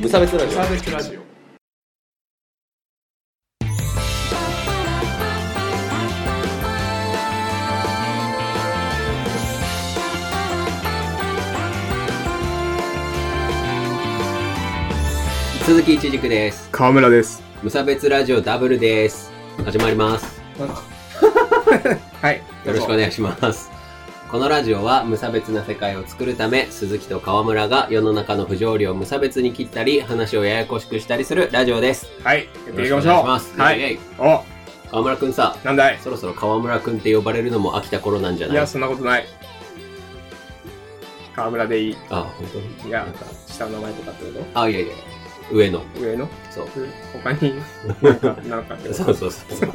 無差別ラジオサービスラジオ鈴木一軸です川村です。無差別ラジオダブルです始まりますはい。よろしくお願いしますこのラジオは無差別な世界を作るため鈴木と河村が世の中の不条理を無差別に切ったり話をややこしくしたりするラジオですはい。やっていきましよろょくお願いしますう。はイェイい。イェイお、河村くんさなんだいそろそろ河村くんって呼ばれるのも飽きた頃なんじゃないいや、そんなことない。川村でいい。あ本当にいや、下の名前とかってこあいやいや上のと上のそう他に、なんか、なんかっ てこそとうそうそうそう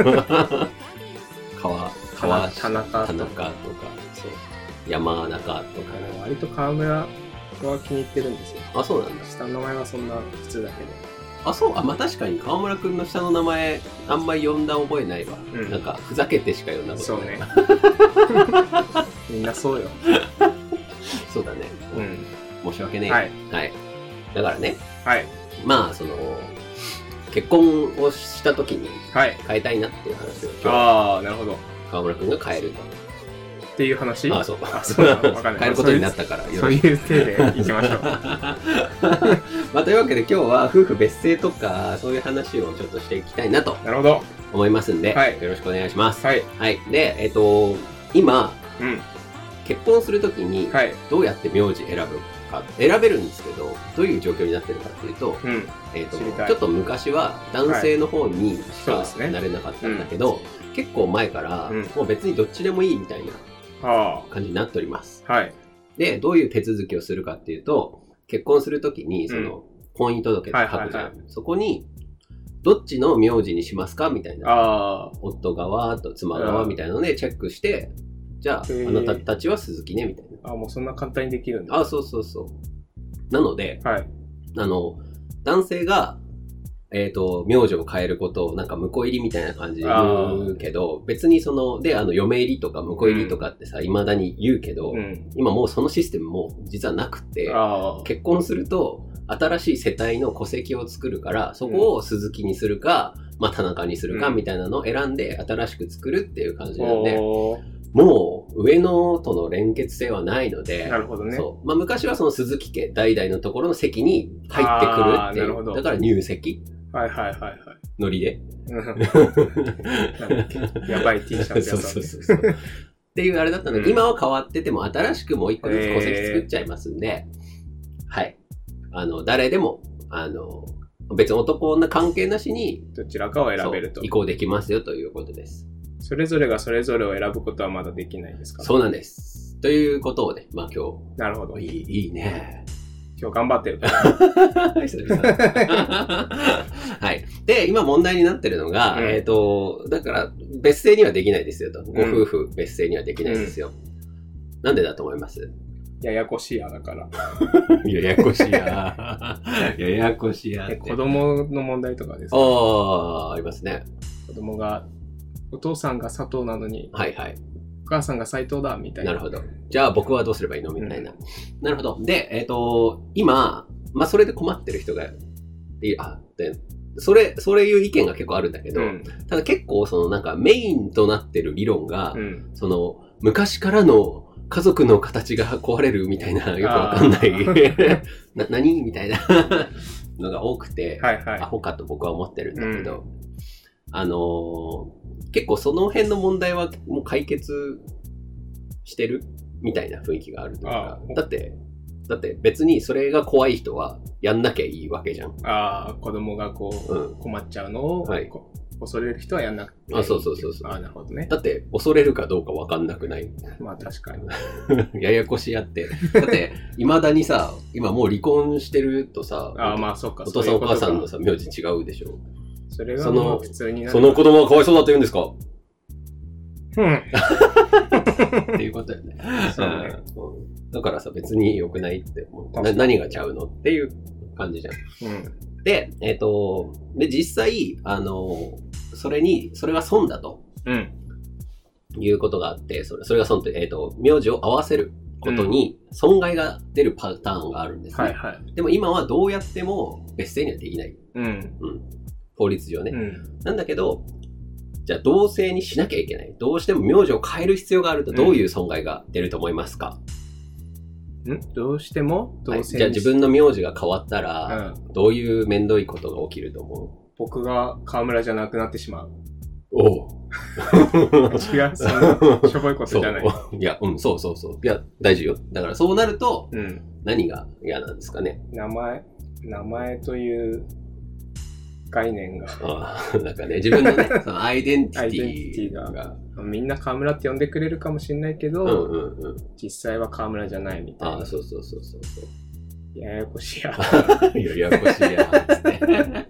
川川田中田と中とか。かそう山中とか割と川村は気に入ってるんですよ。あそうなんだ下の名前はそんな普通だけど。あそうあまあ確かに川村君の下の名前あんまり呼んだ覚えないわ、うんなんかふざけてしか呼んだことそうない ね。みんなそうよ。そうだねうん。申し訳ねえ、はい、だからねはい。まあその結婚をした時にはい。変えたいなっていう話を今日ああ、なるほど。っ川村君が変えるていう話あそうあそうな のわかんない変えることになったからよそうろしくいう手でいきましょう。 まあというわけで今日は夫婦別姓とかそういう話をちょっとしていきたいなとなるほど。思いますんで、はいよろしくお願いしますはい。はいでえっ、と今うん。結婚するときにはい。どうやって名字選ぶか選べるんですけどどういう状況になってるかっていうと,、うん。えーと知りたいちょっと昔は男性の方にしそうかですねなれなかったんだけど、結構前から、うんもう別にどっちでもいいみたいなは感じになっておりますあ。はい。でどういう手続きをするかっていうと結婚するときにその、婚姻届って書くじゃん、はいはいそこにどっちの名字にしますかみたいなあ夫側と妻側みたいなのでチェックして、じゃあ、へーあなたたちは鈴木ねみたいなあ。あ、もうそんな簡単にできるんだ。あ、そうそうそう。なので、はい。あの、男性が、えっ、と、名字を変えることを、なんか、婿入りみたいな感じで言うけど、別にその、で、あの、嫁入りとか婿入りとかってさ、未だに言うけど、うん。今もうそのシステムも実はなくて、あ結婚すると、新しい世帯の戸籍を作るから、そこを鈴木にするか、まあ、田中にするかうんみたいなのを選んで、新しく作るっていう感じあ。なんで、おーもう、上野との連結性はないので、なるほどね。そう。まあ、昔はその鈴木家代々のところの席に入ってくるってあーなるいほう。どだから入籍はいはいはいはい。ノリで。うんやばい T シャツ そ屋さんねうそうそうそう。っていうあれだったので、うん今は変わってても新しくもう一個ずつ戸籍作っちゃいますんで、はい。あの、誰でも、あの、別に男女関係なしにどちらかを選べるそとう移。行できますよということです。それぞれがそれぞれを選ぶことはまだできないですかそうなんです。ということをね、まあ今なるほど。日、い今いいいね。 日頑張ってるから。久々 はい。で、今問題になってるのが、うんえっ、と、だから、別姓にはできないですよと。ごん夫婦別姓にはできないですよ。なんでだと思いますややこしいやだから。ややこしいや。ややこしいやえ子供の問題とかですかああ、ありますね。子供が、お父さんが佐藤なのに、はいはい。お母さんが斉藤だ、みたいな。なるほど。じゃあ僕はどうすればいいのみたいな。なるほど。で、えっ、と、今、まあそれで困ってる人が、いあ、で、それ、それいう意見が結構あるんだけど、うん。ただ結構そのなんかメインとなってる理論が、うん。その昔からの家族の形が壊れるみたいな、よくわかんなあいー。 な何みたいなのが多くて、はいはいア。ホかと僕は思ってるんだけど、あのー結構その辺の問題はもう解決してるみたいな雰囲気があるというかあ、ーだって、だって別にそれが怖い人はやんなきゃいいわけじゃん。ああ、子供がこう、うん。困っちゃうのを、はいこ恐れる人はやんなくてあそうそうそうそうあなるほどね。だって恐れるかどうかわかんなくない まあ確かに。ややこしやって。だって、いまだにさ、今もう離婚してるとさ、ああまあそうか。お父さそうんいおうこと母かさんのさ、名字違うでしょ。それがそのもう普通になる。その子供がかわいそうだって言うんですかうん。っていうことよね。そうねうんだからさ、別に良くないって思う。な何がちゃうのっていう感じじゃん。うん。で、えっ、と、で、実際、あの、それに、それは損だとうん。いうことがあって、それそれが損って、えっ、と、名字を合わせることに損害が出るパターンがあるんですね。はいはい。でも今はどうやっても別姓にはできない。うん。法律上ね。うん。なんだけど、じゃあ同性にしなきゃいけない。どうしても名字を変える必要があるとどういう損害が出ると思いますか、んどうしてもは同い性じゃあ自分の名字が変わったら、うん。どういうめんどいことが起きると思う僕が河村じゃなくなってし まう。お違う、そんな、しょぼいこ とそうじゃない。。いや、うん、そうそうそう。いや、大事よ。だからそうなると、うん。何が嫌なんですかね。名前、名前という概念が、ああ、 なんかね、自分の ね、そのアイデンティテアイデンティィティが。がみんな河村って呼んでくれるかもしれないけど、うんうんうん。実際は河村じゃないみたいああ、な。そうそうそうそうそう。 ややこしいや。いや、ややこしいやつって。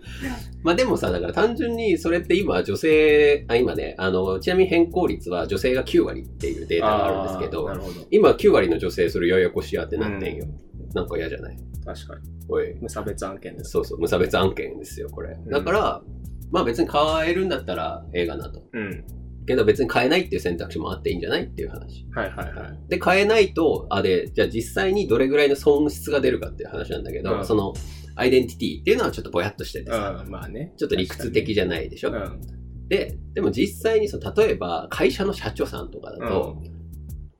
まあでもさ、だから単純にそれって今女性、あ、今ね、あの、ちなみに変更率は女性が9割っていうデータがあるんですけあーなど、るほど。今9割の女性それややこしいやってなってんよ。なんか嫌じゃない確かに。おい。無差別案件です。そうそう、無差別案件ですよ、これ。んだから、まあ別に変えるんだったらええかなと。うん。けど別に変えないっていう選択肢もあっていいんじゃないっていう話。はいはいはい。で、変えないと、あ、で、じゃあ実際にどれぐらいの損失が出るかっていう話なんだけど、うんその、アイデンティティっていうのはちょっとぼやっとしててさ、うん、まあね。ちょっと理屈的じゃないでしょ、うん。で、でも実際にその、例えば会社の社長さんとかだと、うん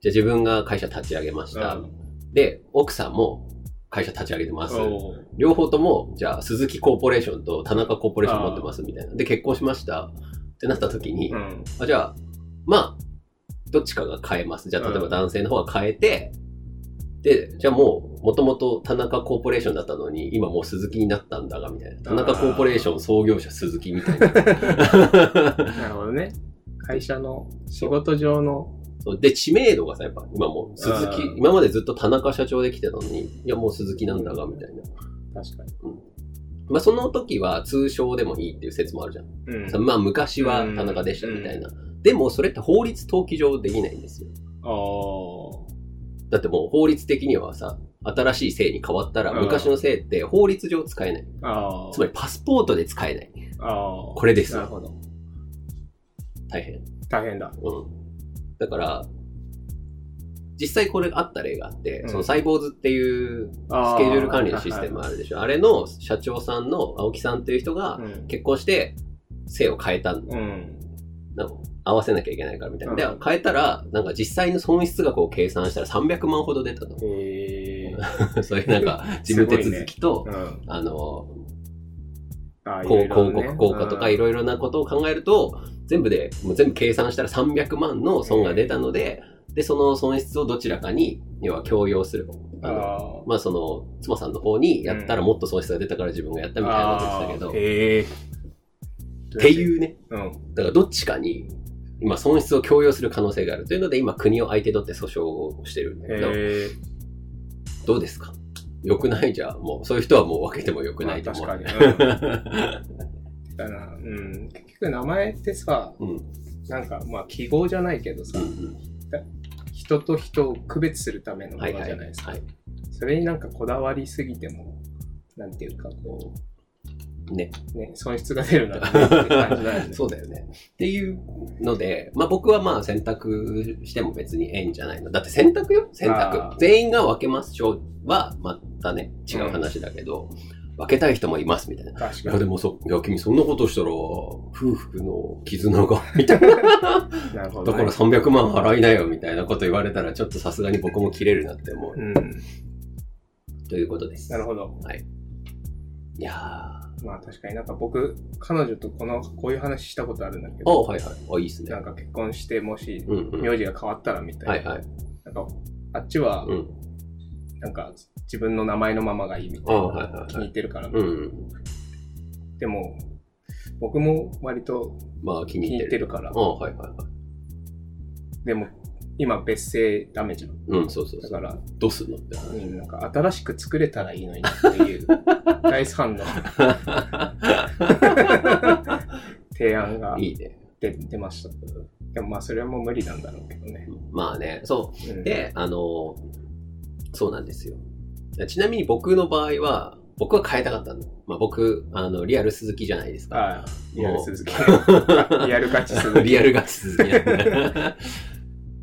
じゃあ自分が会社立ち上げました。で、奥さんも会社立ち上げてます。おー両方とも、じゃあ鈴木コーポレーションと田中コーポレーション持ってますみたいな。で、結婚しましたってなった時に、うん。あじゃあ、まあ、どっちかが変えます。じゃあ、例えば男性の方が変えて、で、じゃあもう、もともと田中コーポレーションだったのに、今もう鈴木になったんだが、みたいな。田中コーポレーション創業者鈴木みたいな。 なるほどね。会社の仕事上の、そうで、知名度がさ、やっぱ今もう鈴あ木ー、今までずっと田中社長で来てたのに、いやもう鈴木なんだが、みたいな。確かに。まあその時は通称でもいいっていう説もあるじゃん。うんさまあ昔は田中でしたみたいな。でもそれって法律登記上できないんですよ。おだってもう法律的にはさ、新しい姓に変わったらうん昔の姓って法律上使えない。ーあー。つまりパスポートで使えない。ああ。これですなるほど。大変。大変だ。うん。だから、実際これあった例があって、うんそのサイボーズっていうスあケジュール管理のシステムあるでしょ。あれの社長さんの青木さんという人がはいはい結婚して姓を変えたんうん。うん。なんか合わせなきゃいけないからみたいな。でうん、変えたら、なんか実際の損失額を計算したら300万ほど出たと。 えー。そういうなんか、事務手続きと、うん。あの、ああ、いろ広いろね告効果とかいろいろなことを考えると、全部で、もう全部計算したら300万の損が出たので、で、その損失をどちらかに、要は強要する。うんあのあーまあ、その、妻さんの方にやったらもっと損失が出たから自分がやったみたいなことでしたけど、あーっへえ。ていうね、うん。だからどっちかに、今損失を強要する可能性があるというので、今国を相手取って訴訟をしてるんだけど、へえ。どうですか良くないじゃあ、もう、そういう人はもう分けても良くないとま思あう。 確 かに。うんだな。うん。結局名前ってさ、うんなんかまあ記号じゃないけどさう、ん人と人を区別するためのうんもはいのはじい。ゃないですか。はいそれになんかこだわりすぎても、なんていうかこね。う、ね、損失が出るなって感じなんで。 そうだよね。っていうので、まあ僕はまあ選択しても別にええんじゃないの。だって選択よ選あ択ー。全員が分けましょうは、またね、違う話だけど、分けたい人もいますみたいな。い確かやでもそ、いや君そんなことしたら、夫婦の絆が、みたいな。に。なるほど、だから300万払いなよ、みたいなこと言われたら、ちょっとさすがに僕も切れるなって思うん。う。ということです。なるほど。いやー。あ、まあ確かになんか僕、彼女とこの、こういう話したことあるんだけど、はいはい。あ、いいっすねな。んか結婚して、もし、うんうん。名字が変わったらみたいな。はいはい。なんか、あっちはう、ん。なんか、自分の名前のままがいいみあたいあ、はいな、はい気はに入い。ってるから。うん。でも、僕も割とまあ、気気にに入入っっててるる。からあ。あ、はいはいはい。でも、今別姓ダメじゃん。うん、そうそうだそう。から、どうすんのってう話。んなんか新しく作れたらいいのにって いう、第三の提案がいいね。出出ました。でもまあ、それはもう無理なんだろうけどね。まあね、そうう。ん、で、あの、そうなんですよ。ちなみに僕の場合は、僕は変えたかったの。まあ僕、あの、リアル鈴木じゃないですか。ああ、リアル鈴木。リリアルガチ 鈴木。リアルガチ鈴木なんだ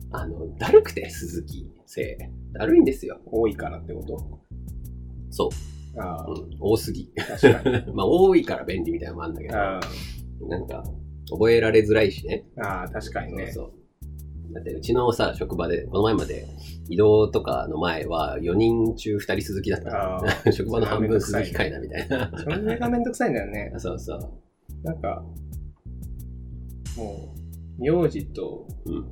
あの、だるくて、鈴木、せい。だるいんですよ。多いからってこと。そうああ、う。うん、多すぎ。 確かに。まあ、多いから便利みたいなのもあるんだけあど、なんか、覚えられづらいしね。あああ、確かにそね。うそう。だって、うちのさ、職場で、この前まで、移動とかの前は、4人中2人鈴木だったああ、の。 職場の半分鈴木かいな、みたいな。それがめんどくさいんだよね。 そうそなんか、もう、名字とう。うん。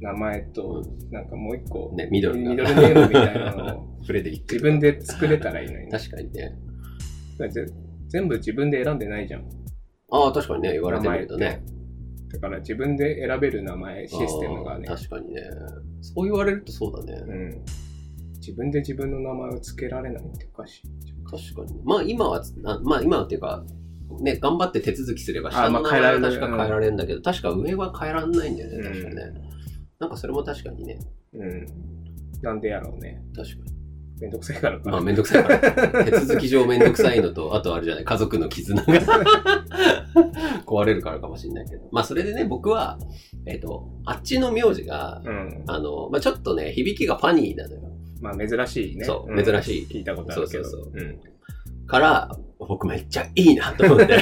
名前と、なんかもう一個、ね、緑ミが。ドルネームみたいなの をフレデリック。自分で作れたらいいのに、ね。確かにね。だって全部自分で選んでないじゃん。ああ、確かにね、言われてみるとね。だから自分で選べる名前システムがねあー、確かにね。そう言われるとそうだね。うん、自分で自分の名前を付けられないっておかしい。確かに。まあ今は、あまあ今はっていうか、ね、頑張って手続きすれば、下あまのあ名前は変えられる確か変えられるんだけど、確か上は変えられないんだよね、うん確かね。なんかそれも確かにね、うん。なんでやろうね。確かに。めんどくさいからか。まあめんどくさいから。手続き上めんどくさいのと、あ とあれじゃない、家族の絆が 壊れるからかもしれないけど。まあそれでね、僕は、えっ、と、あっちの名字が、うん。あの、まあちょっとね、響きがファニーなのよ。まあ珍しいね。そう、ん珍しい。聞いたことあるけど。そうそうそうんから、僕めっちゃいいなと思って。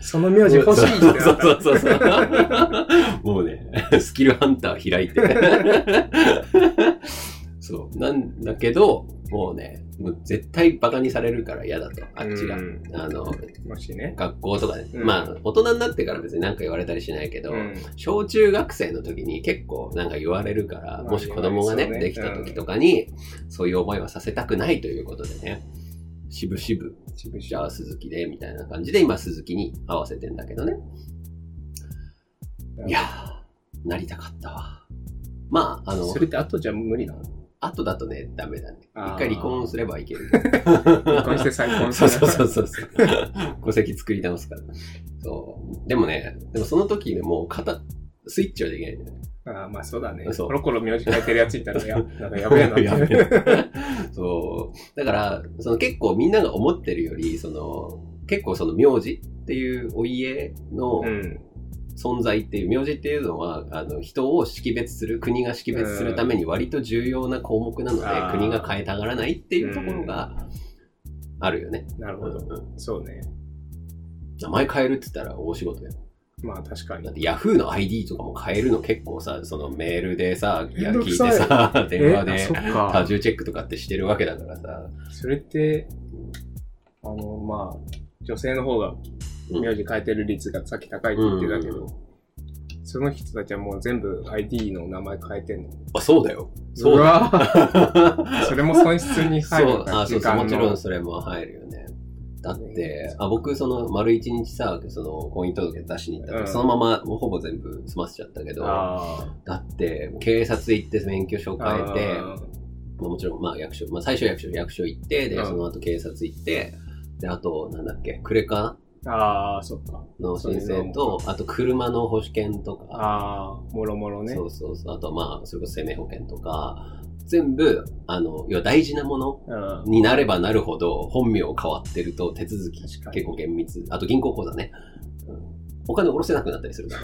その名字欲しいってなったそうそうそうそう。もうね、スキルハンター開いて。そう。なんだけど、もうね、もう絶対バカにされるから嫌だと、あっちが。うんあの、もしね。学校とかで、うんまあ、大人になってから別に何か言われたりしないけど、うん小中学生の時に結構なんか言われるから、まあもし子供がね、言われでそきうねた時とかに、そういう思いはさせたくないということでね、しぶしぶ渋じゃ々あ鈴木で、みたいな感じで、今鈴木に合わせてんだけどね。いやー、なりたかったわ。まあ、あのそ、れって後じゃ無理なの後だとね、ダメだね。あー一回離婚すればいける。離婚して再婚。そうそうそううそう。戸籍作り直すから。そう。でもね、でもその時でもう肩、スイッチはできないんだよね。ああ、まあそうだね。そうコロコロ名字変えてるやついたら、 や、なん かやべえなって。やべえ そう。だから、その結構みんなが思ってるより、その、結構その名字っていうお家の、うん。存在っていう名字っていうのはあの人を識別する国が識別するために割と重要な項目なので、あー国が変えたがらないっていうところがあるよね、なるほど。うんうんそうね。名前変えるって言ったら大仕事だよまあ確かにだっ。て Yahoo の ID とかも変えるの結構さそのメールでさいやめんど聞いくてさいさ電話あでそっ多か。重チェックとかってしてるわけだからさそれって、あの、まあ、女性の方がうん名字変えてる率がさっき高いって言ってたけど、その人たちはもう全部 ID の名前変えてんの。あそうだよそうだわぁそれも損失に入そるうの、かあ、そう時そう、間のもちろんそれも入るよね。だって、あ、僕、その、丸一日さ、その、婚姻届出しに行ったから、うんそのまま、もうほぼ全部済ませちゃったけど、だあって、警察行って免許証ー変えて、あーまあもちろん、まあ、役所、まあ、最初役所、役所行って、で、うんその後警察行って、で、あと、なんだっけ、クレカあー、そっか。の申請そと、あと、車の保険とか、ああ、もろもろね。そうそうそう、あと、まあ、それこそ生命保険とか、全部、あの、要は大事なものうん。になればなるほど本名変わってると手続き確かに結構厳密。あと銀行口座ね。うんお金下ろせなくなったりするか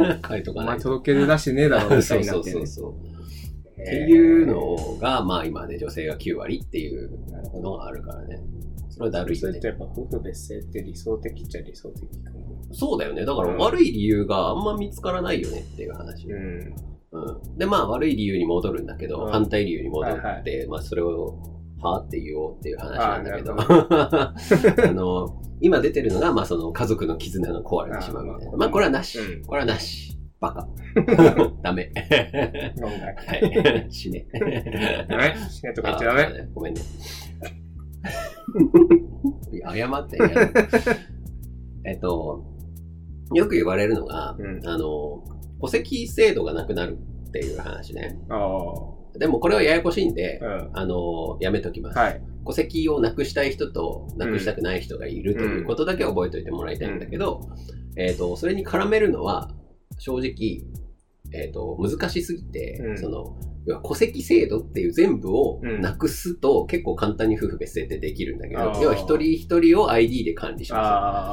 ら ね。書いとおかない前と。届け出だしねえだろ、みたそいうになそっう てそねう。そう。っっていうのが、まあ今ね、女性が9割っていうなるほのど。があるからね。それはだるいそよれねと。やっぱ夫婦別姓って理想的っちゃ理想的かも。そうだよね。だから悪い理由があんま見つからないよねっていう話。うん。うん、で、まあ悪い理由に戻るんだけど、うん反対理由に戻って、はいはまあそれを、はって言おうっていう話なんだけど、あ あの、今出てるのが、まあその家族の絆が壊れてしまうみたいあな。ーまあこれはなし。うんこれはなし。バ カ。ダメ。論外。はい。死 ね。ダメ死ねとか言っちゃダメ。あご めんね。いや謝って謝って。えっと、よく言われるのが、うん。あの、戸籍制度がなくなるっていう話ね。ああ。でもこれはややこしいんで、うん。あの、やめときます。はい。戸籍をなくしたい人と、なくしたくない人がいるということだけ覚えておいてもらいたいんだけど、えっと、それに絡めるのは、正直、えっ、と、難しすぎて、うんその、要は戸籍制度っていう全部をうんなくすと結構簡単に夫婦別姓ってできるんだけど、あー要は一人一人を ID で管理しま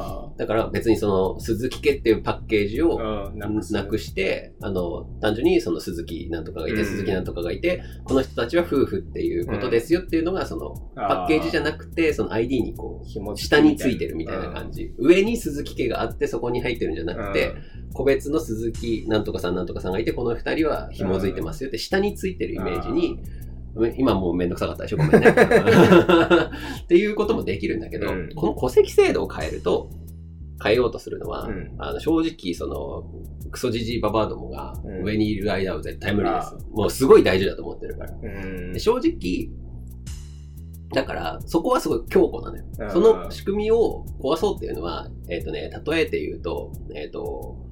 あす。だから別にその鈴木家っていうパッケージをあ、うん、なくすなくして、あの、単純にその鈴木なんとかがいて、うん鈴木なんとかがいて、この人たちは夫婦っていうことですよっていうのが、その、パッケージじゃなて、くて、その ID にこう、紐付下きにみつたないてるみたいな感じ。上に鈴木家があって、そこに入ってるんじゃなくて、、個別の鈴木なんとかさんなんとかさんがいて、この二人は紐づいてますよって、下についてるイメージに、今もうめんどくさかったでしょごめんね。 っていうこともできるんだけど、うんこの戸籍制度を変えると、変えようとするのは、うんあの正直、その、クソじじいばばあどもがうん上にいる間は絶対無理ですあ。もうすごい大事だと思ってるから。うんうんで正直、だから、そこはすごい強固なのよ。うんその仕組みを壊そうっていうのは、えっ、とね、例えて言うと、えっ、と、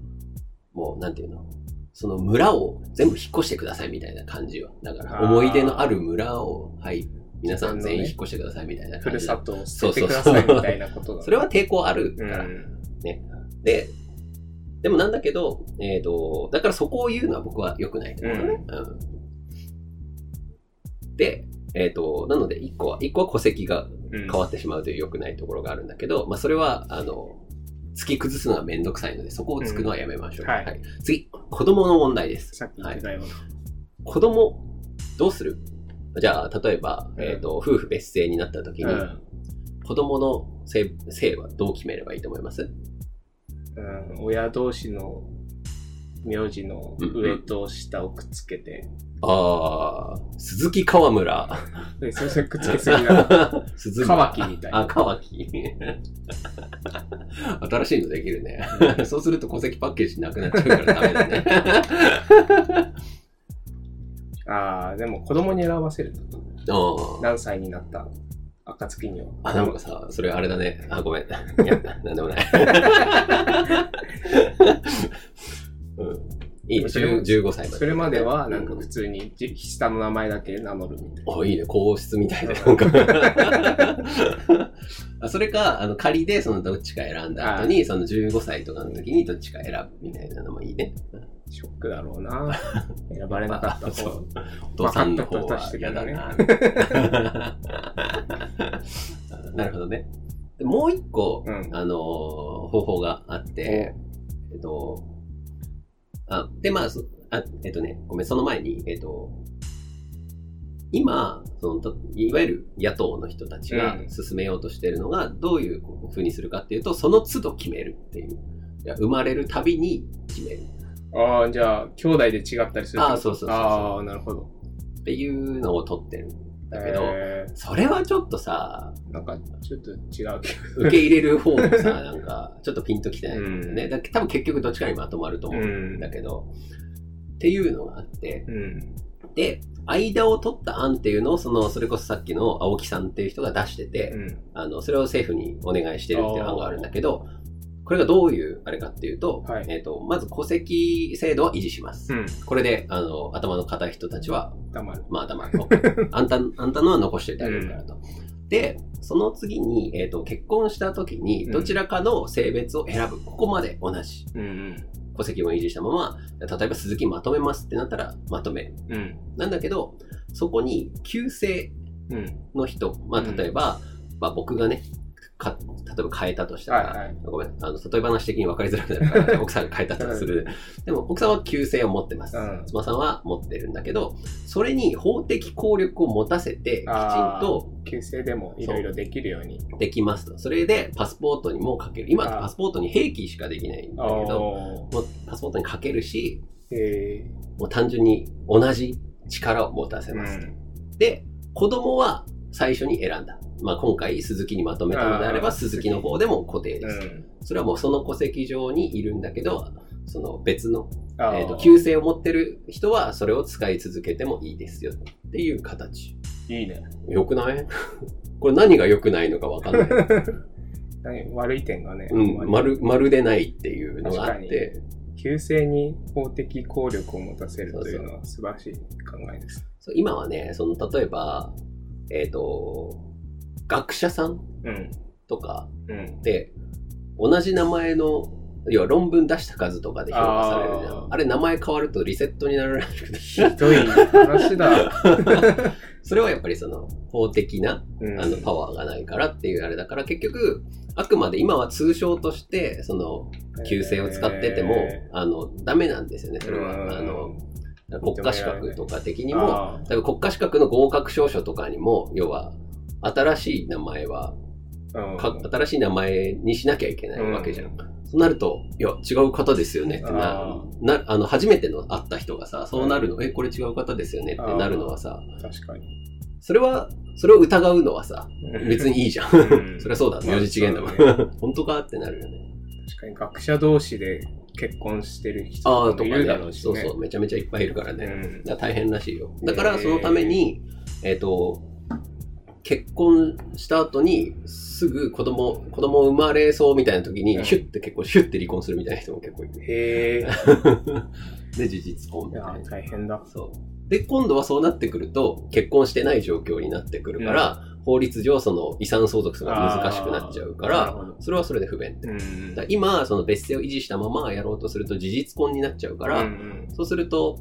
もう、なんていうのその村を全部引っ越してくださいみたいな感じよ。だから、あー思い出のある村を、はい、皆さん全員なるほどね引っ越してくださいみたいなふ感るじ。さとを捨ててくださいみたいなことだ。それは抵抗あるから。うんで、でもなんだけど、えっ、と、だからそこを言うのは僕は良くないと思うのね。うんで、えっ、と、なので一個は、一個は戸籍がうん変わってしまうという良くないところがあるんだけど、まあそれは、あの、突き崩すのはめんどくさいので、そこを突くのはやめましょう。うんはい次、子供の問題です。さっき言ってたような。子供、どうするじゃあ、例えば、うんえっ、と、夫婦別姓になった時に、うん子供の性性はどう決めればいいと思いますうん親同士の名字の上と下をくっつけて、ああ、鈴木川村。でそれくっつけすぎ だ鈴木カワキみたいなあ、カワキ。 新しいのできるね。 そうすると戸籍パッケージなくなっちゃうからダメだ ね。ああでも子供に選ばせるうん何歳になった暁にはあ、なんかさ、それあれだね。あ、ご めん。いや、なんでもない。 うん。いいね。それも10 15歳まで。それまではなんか普通にじ下の名前だけ名乗るみたいお、いいね。皇室みたいな。なんか あそれか、あの、仮で、その、どっちか選んだ後に、その15歳とかの時にどっちか選ぶみたいなのもいいね。なショックだろう な選ばれなかったそ方うお父さんの方は嫌だな。 なるほどね。でもう一個、うんあのー方法があって、えっと、あ、で、まあ、そあえっとね、ごめん、その前に、えっと、今、そのといわゆる野党の人たちがうん進めようとしているのが、どういうふうにするかっていうと、その都度決めるっていう。いや生まれるたびに決める。ああじゃあ兄弟で違ったりするあーそうそうそうそうああなるほどっていうのを取ってるんだけど、えそれはちょっとさ、ーなんかちょっと違 うけ受け入れる方も さ、なんか、ちょっとピンときてないんだよね。うんだけ多分結局どっちかにまとまるとど思ううんんだけど、っていうのがあって、うんで、間を取った案っていうのを、その、それこそさっきの青木さんっていう人が出してて、うんあの、それを政府にお願いしてるっていう案があるんだけど、これがどういうあれかっていうと、はいえっ、と、まず戸籍制度は維持します。うんこれで、あの、頭の固い人たちは黙るまあ黙 ろう。あんた、あんたのは残しておいてあげるからと。で、その次に、えっ、と、結婚した時に、どちらかの性別を選ぶ。ここまで同じ。うん戸籍も維持したまま、例えば鈴木まとめますってなったら、まとめる。うんうんなんだけど、そこに、旧姓うんの人、まあうん例えば、まあ僕がね、か例えば変えたとしたら、はいはいごめん、あの、例え話的に分かりづらくなる から、奥さんが変えたとする。でも、奥さんは旧姓を持ってます。うん妻さんは持ってるんだけど、それに法的効力を持たせて、きちんあーと旧姓でもいろいろできるようにできますと。それで、パスポートにも書ける。今、あーパスポートに兵器しかできないんだけど、あもうパスポートに書けるし、ーへもう単純に同じ力を持たせーます。うんで、子供は最初に選んだ。まあ、今回、鈴木にまとめたのであれば、あー鈴木の方でも固定です。それはもうその戸籍上にいるんだけど、その別の、あーえっと旧姓を持ってる人はそれを使い続けてもいいですよっていう形。いいねよくない これ何が良くないのかわかん ない。何悪い点がね、うん、まる、まるでないっていうのがあって、旧姓に法的効力を持たせるというのは素晴らしい考えです。そう今はね、その、例えば、えっ、と、学者さんうん。とかうん。で、同じ名前の要は論文出した数とかで評価されるじゃん。ああーれ名前変わるとリセットになるらしくて。ひどい話だ。それはやっぱりその法的なうんあのパワーがないからっていうあれだから結局、あくまで今は通称として、その、旧姓を使ってても、えあの、ダメなんですよね、ーそれは。あの、、国家資格とか的ににも、例えば国家資格の合格証書とかにも、要は、新しい名前は、か新しい名前にしなきゃいけないわけじゃん。そうなると、いや、違う方ですよねってなあ、な、あの、初めての会った人がさ、そうなるの、え、これ違う方ですよねってなるのはさ、確かに。それは、それを疑うのはさ、別にいいじゃん。 うんそりゃそうだ、名字違えんだもんまあ。本当かってなるよね。確かに学者同士で結婚してる人ああ、ととかかもいねるだろう。しそうね。そう、めちゃめちゃいっぱいいるからね。うんだから大変らしいよ。だからそのために、えっ、と、結婚した後にすぐ子供、子供生まれそうみたいな時うんに、ヒュッて結構ヒュッて離婚するみたいな人も結構いる。へえ。いで、事実婚みたいやなー、。大変だ。そう。で、今度はそうなってくると、結婚してない状況になってくるから、法律上その遺産相続とか難しくなっちゃうかあーなるら、ほどそれはそれで不便って。うんだから今、その別姓を維持したままやろうとすると事実婚になっちゃうから、うんうんそうすると、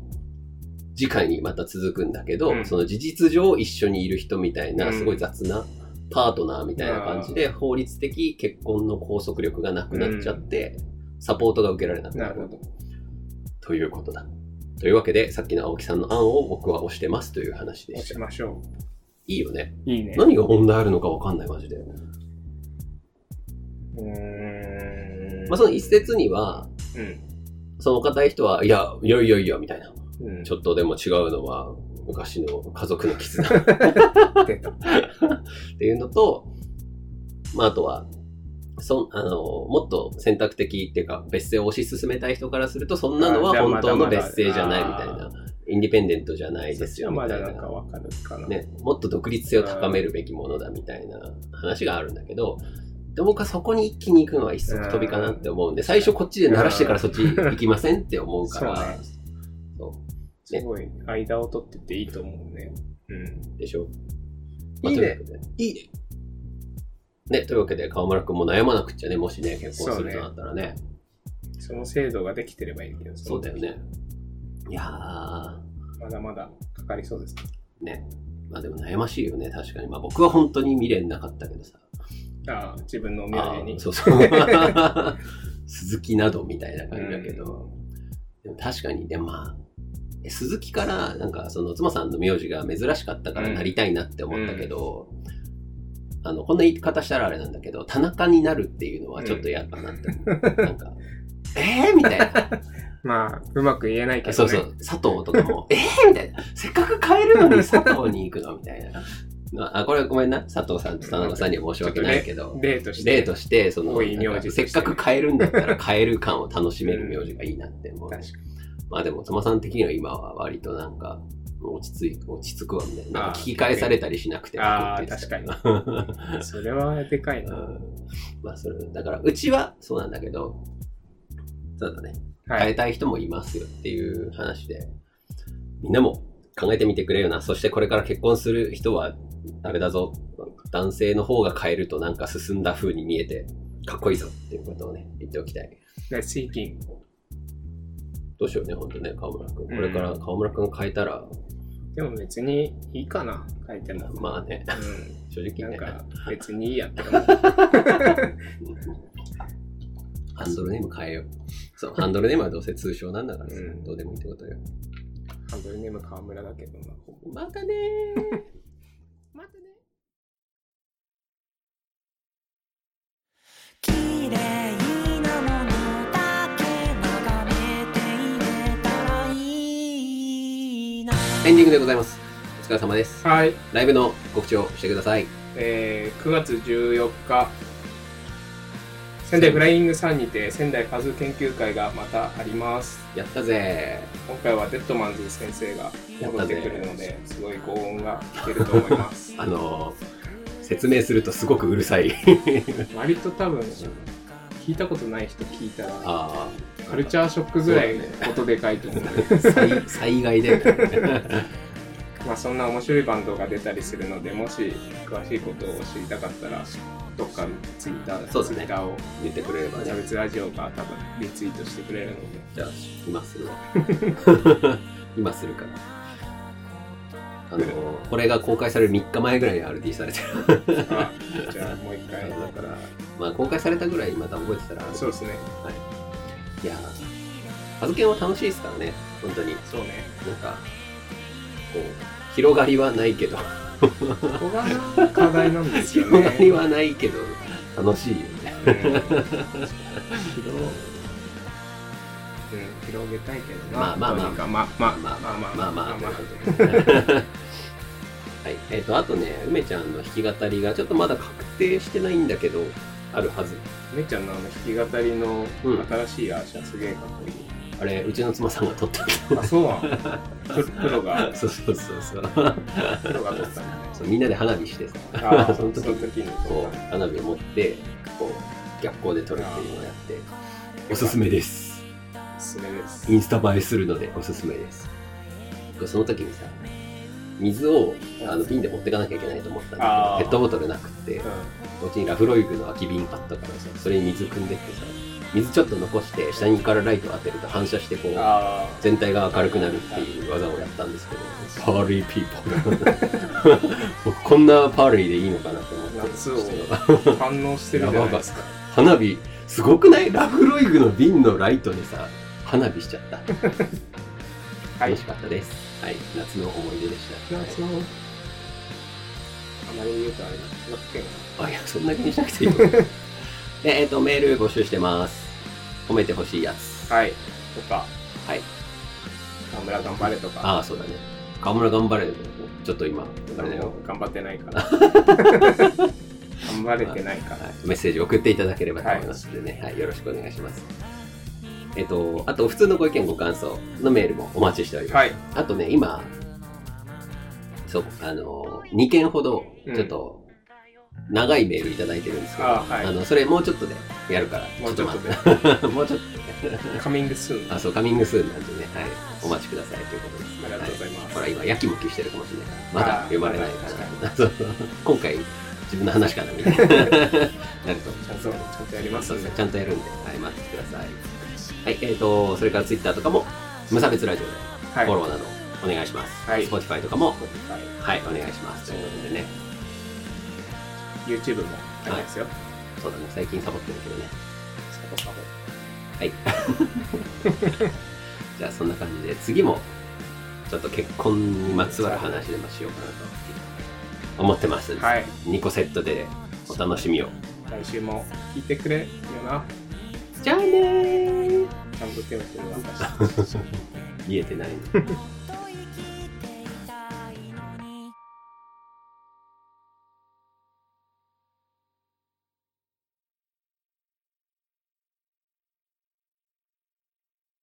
次回にまた続くんだけど、うんその事実上一緒にいる人みたいな、うんすごい雑なパートナーみたいな感じで、法律的結婚の拘束力がなくなっちゃって、サポートが受けられなくななるほるど。ということだ。というわけで、さっきの青木さんの案を僕は押してますという話で押し。したましょいいよね。う。いいね。何が問題あるのかわかんない、マジで。うーん。まあ、その一説には、うん。その硬い人は、いや、いやいやいや、みたいな。うん。ちょっとでも違うのは、昔の家族の絆 と出た。っていうのと、まあ、あとは、そんあのもっと選択的っていうか別姓を推し進めたい人からするとそんなのあじはゃあ本当のまだまだ別姓じゃないみたいあなインディペンデントじゃないですよみまただいななんかわかるかな。ね、もっと独立性を高めるべきものだみたいな話があるんだけどで僕はそこに一気に行くのは一足飛びかなって思うんで最初こっちで鳴らしてからそっち行きませんって思うかそうらねそすごい、間を取ってていいと思うね。うん。うでしょいまいね。あとうわけでいいね。ね、というわけで川村くんも悩まなくっちゃねもしね結婚するとなったらねその制度ができてればいいけど、そうだよね。いやー、まだまだかかりそうです。ね。まあでも悩ましいよね、確かに。まあ僕は本当に未練なかったけどさ。ああ、自分の名あ字ー。にそう そう。鈴木などみたいな感じだけど。でも確かに、でもまあ、え鈴木から、なんかその妻さんの名字が珍しかったからなりたいなって思ったけど、あの、こんな言い方したらあれなんだけど、田中になるっていうのはちょっと嫌だなって思 う。なんか、 えーみたいな。まあ、うまく言えないけど、ね。そうそう、佐藤とかも、えーみたいな、せっかく買えるのに佐藤に行くのみたいな。なあ、これごめんな、佐藤さんと田中さんには申し訳ないけど、例として。例として、その、多い名字なんかとしてせっかく買えるんだったら買える感を楽しめる名字がいいなって思う。確かまあでも、妻さん的には今は割となんか、落ち着い落ち着くわみたいな。なんあかー聞き返されたりしなくてあ楽ーって言ってたに。それはでかいな。 うんまあそれ、だから、うちはそうなんだけど、そうだね。は変えい。たい人もいますよっていう話で、みんなも考えてみてくれよな。そしてこれから結婚する人は、あれだぞ。男性の方が変えるとなんか進んだ風に見えて、かっこいいぞっていうことをね、言っておきたい。で、シーキン。どうしようね、ほんとね、川村くん。これから川村くん変えたら、でも別にいいかな、書いても。まあね、う正ん。直なんね、 か、別にいいやって思う。ハンドルネーム変えよう。そう、ハンドルネームはどうせ通称なんだからさ、うんどうでもいいってことよ。ハンドルネーム川村だけどな。またねー。またね。綺麗なものだけ眺めていれたらいいなエンディングでございます。お疲れ様です。はい。ライブの告知をしてください。えー9月14日仙台フライングさんにて仙台数研究会がまたありますやったぜ今回はデッドマンズ先生がやっ戻たってくぜるのですごい高音が聞けると思います あのー説明するとすごくうるさい 割と多分聞いたことない人聞いたらあカルチャーショックぐらい音でかいと思うあ災災害でまあそんな面白いバンドが出たりするのでもし詳しいことを知りたかったらどっかのツイッターだそうだツねイッターを言ってくれれば無ね差。別ラジオが多分リツイートしてくれるのでじゃあ、今するわ。 今するから。あの、これが公開される3日前ぐらいに RD されてる。あじゃあもう一回だから、まあ公開されたぐらいまた覚えてたら、そうですねいやー、ハズケンは楽しいですからね、本当に。そうねなんか、こう、広がりはないけど、ここが課題なんですよ広がねりはないけど、楽しいよね。うん広うん広げたいけどなまあまあまあどうにかまあまあまあまあまあまあまあまあはい。えっ、と、あとね、梅ちゃんの弾き語りが、ちょっとまだ確定してないんだけど、あるはず。めっちゃんのあの弾き語りのうん新しいアーシャすげえかっこいい、あれ、うちの妻さんが撮ったんだ。あそうなのププロがそうそうそうそう。プロが撮ったんだねそうみんなで花火してさ、あーその時その時にこう、花火を持って、こう、逆光で撮るっていうのをやって、おすすめです。おすすめですインスタ映えするのでおすすめです。その時にさ、水をあの瓶で持ってかなきゃいけないと思ったんだあーけど、ペットボトルなくって、うお家にラフロイグの空き瓶あったからさ、それに水汲んでってさ、水ちょっと残して、下にからライト当てると反射してこん、う、あ全体が明るくなるっていう技をやったんですけど、パーリーピーポー。僕こんなパーリーでいいのかなと思って。夏をあ反応してるじゃないですか花火すごくないラフロイグの瓶のライトでさ花火しちゃ ったはい楽しかったですはい夏の思い出でした夏のあまり言うとあれだなけどあいやそんな気にしなく ていいよでえっ、とメール募集してます褒めてほしいやつはいとかはい河村頑張れとかああそうだね河村頑張れちょっと今あれだよもう頑張ってないから 頑張れてないかはい、メッセージ送っていただければと思いますのでね、はいよろしくお願いします。えっと、あと、普通のご意見、ご感想のメールもお待ちしております。はいあとね、今、そう、あの、2件ほど、ちょっと、長いメールいただいてるんですけど、あはいあの、それもうちょっとでやるから、もうちょっとでちょっと待って。も うちょっカミングスーンと、あ、そう、カミングスーンなんでね、はい、お待ちくださいということです。ありがとうございますほら、今、やきもきしてるかもしれないから、まだあー読まれないかまだら、 そうそう今回、自分の話 かな、みたいな。なると思うちゃんとちゃんとやりままあ、すそうですねね、ちゃんとやるんで、はい、待っててください。はい、えっ、と、それからツイッターとかも、無差別ラジオで、はいフォローなど、お願いします。はい Spotify とかも、はいはい、お願いします。ということでね、 YouTube もありますよそうだね、最近サボってるけどね。サボサボはい。じゃあ、そんな感じで、次も、ちょっと結婚にまつわる話でもしようかなと思ってます。はい2個セットで、お楽しみを。来週も聞いてくれよなじゃあねーちゃんと手を振る私言えてないの。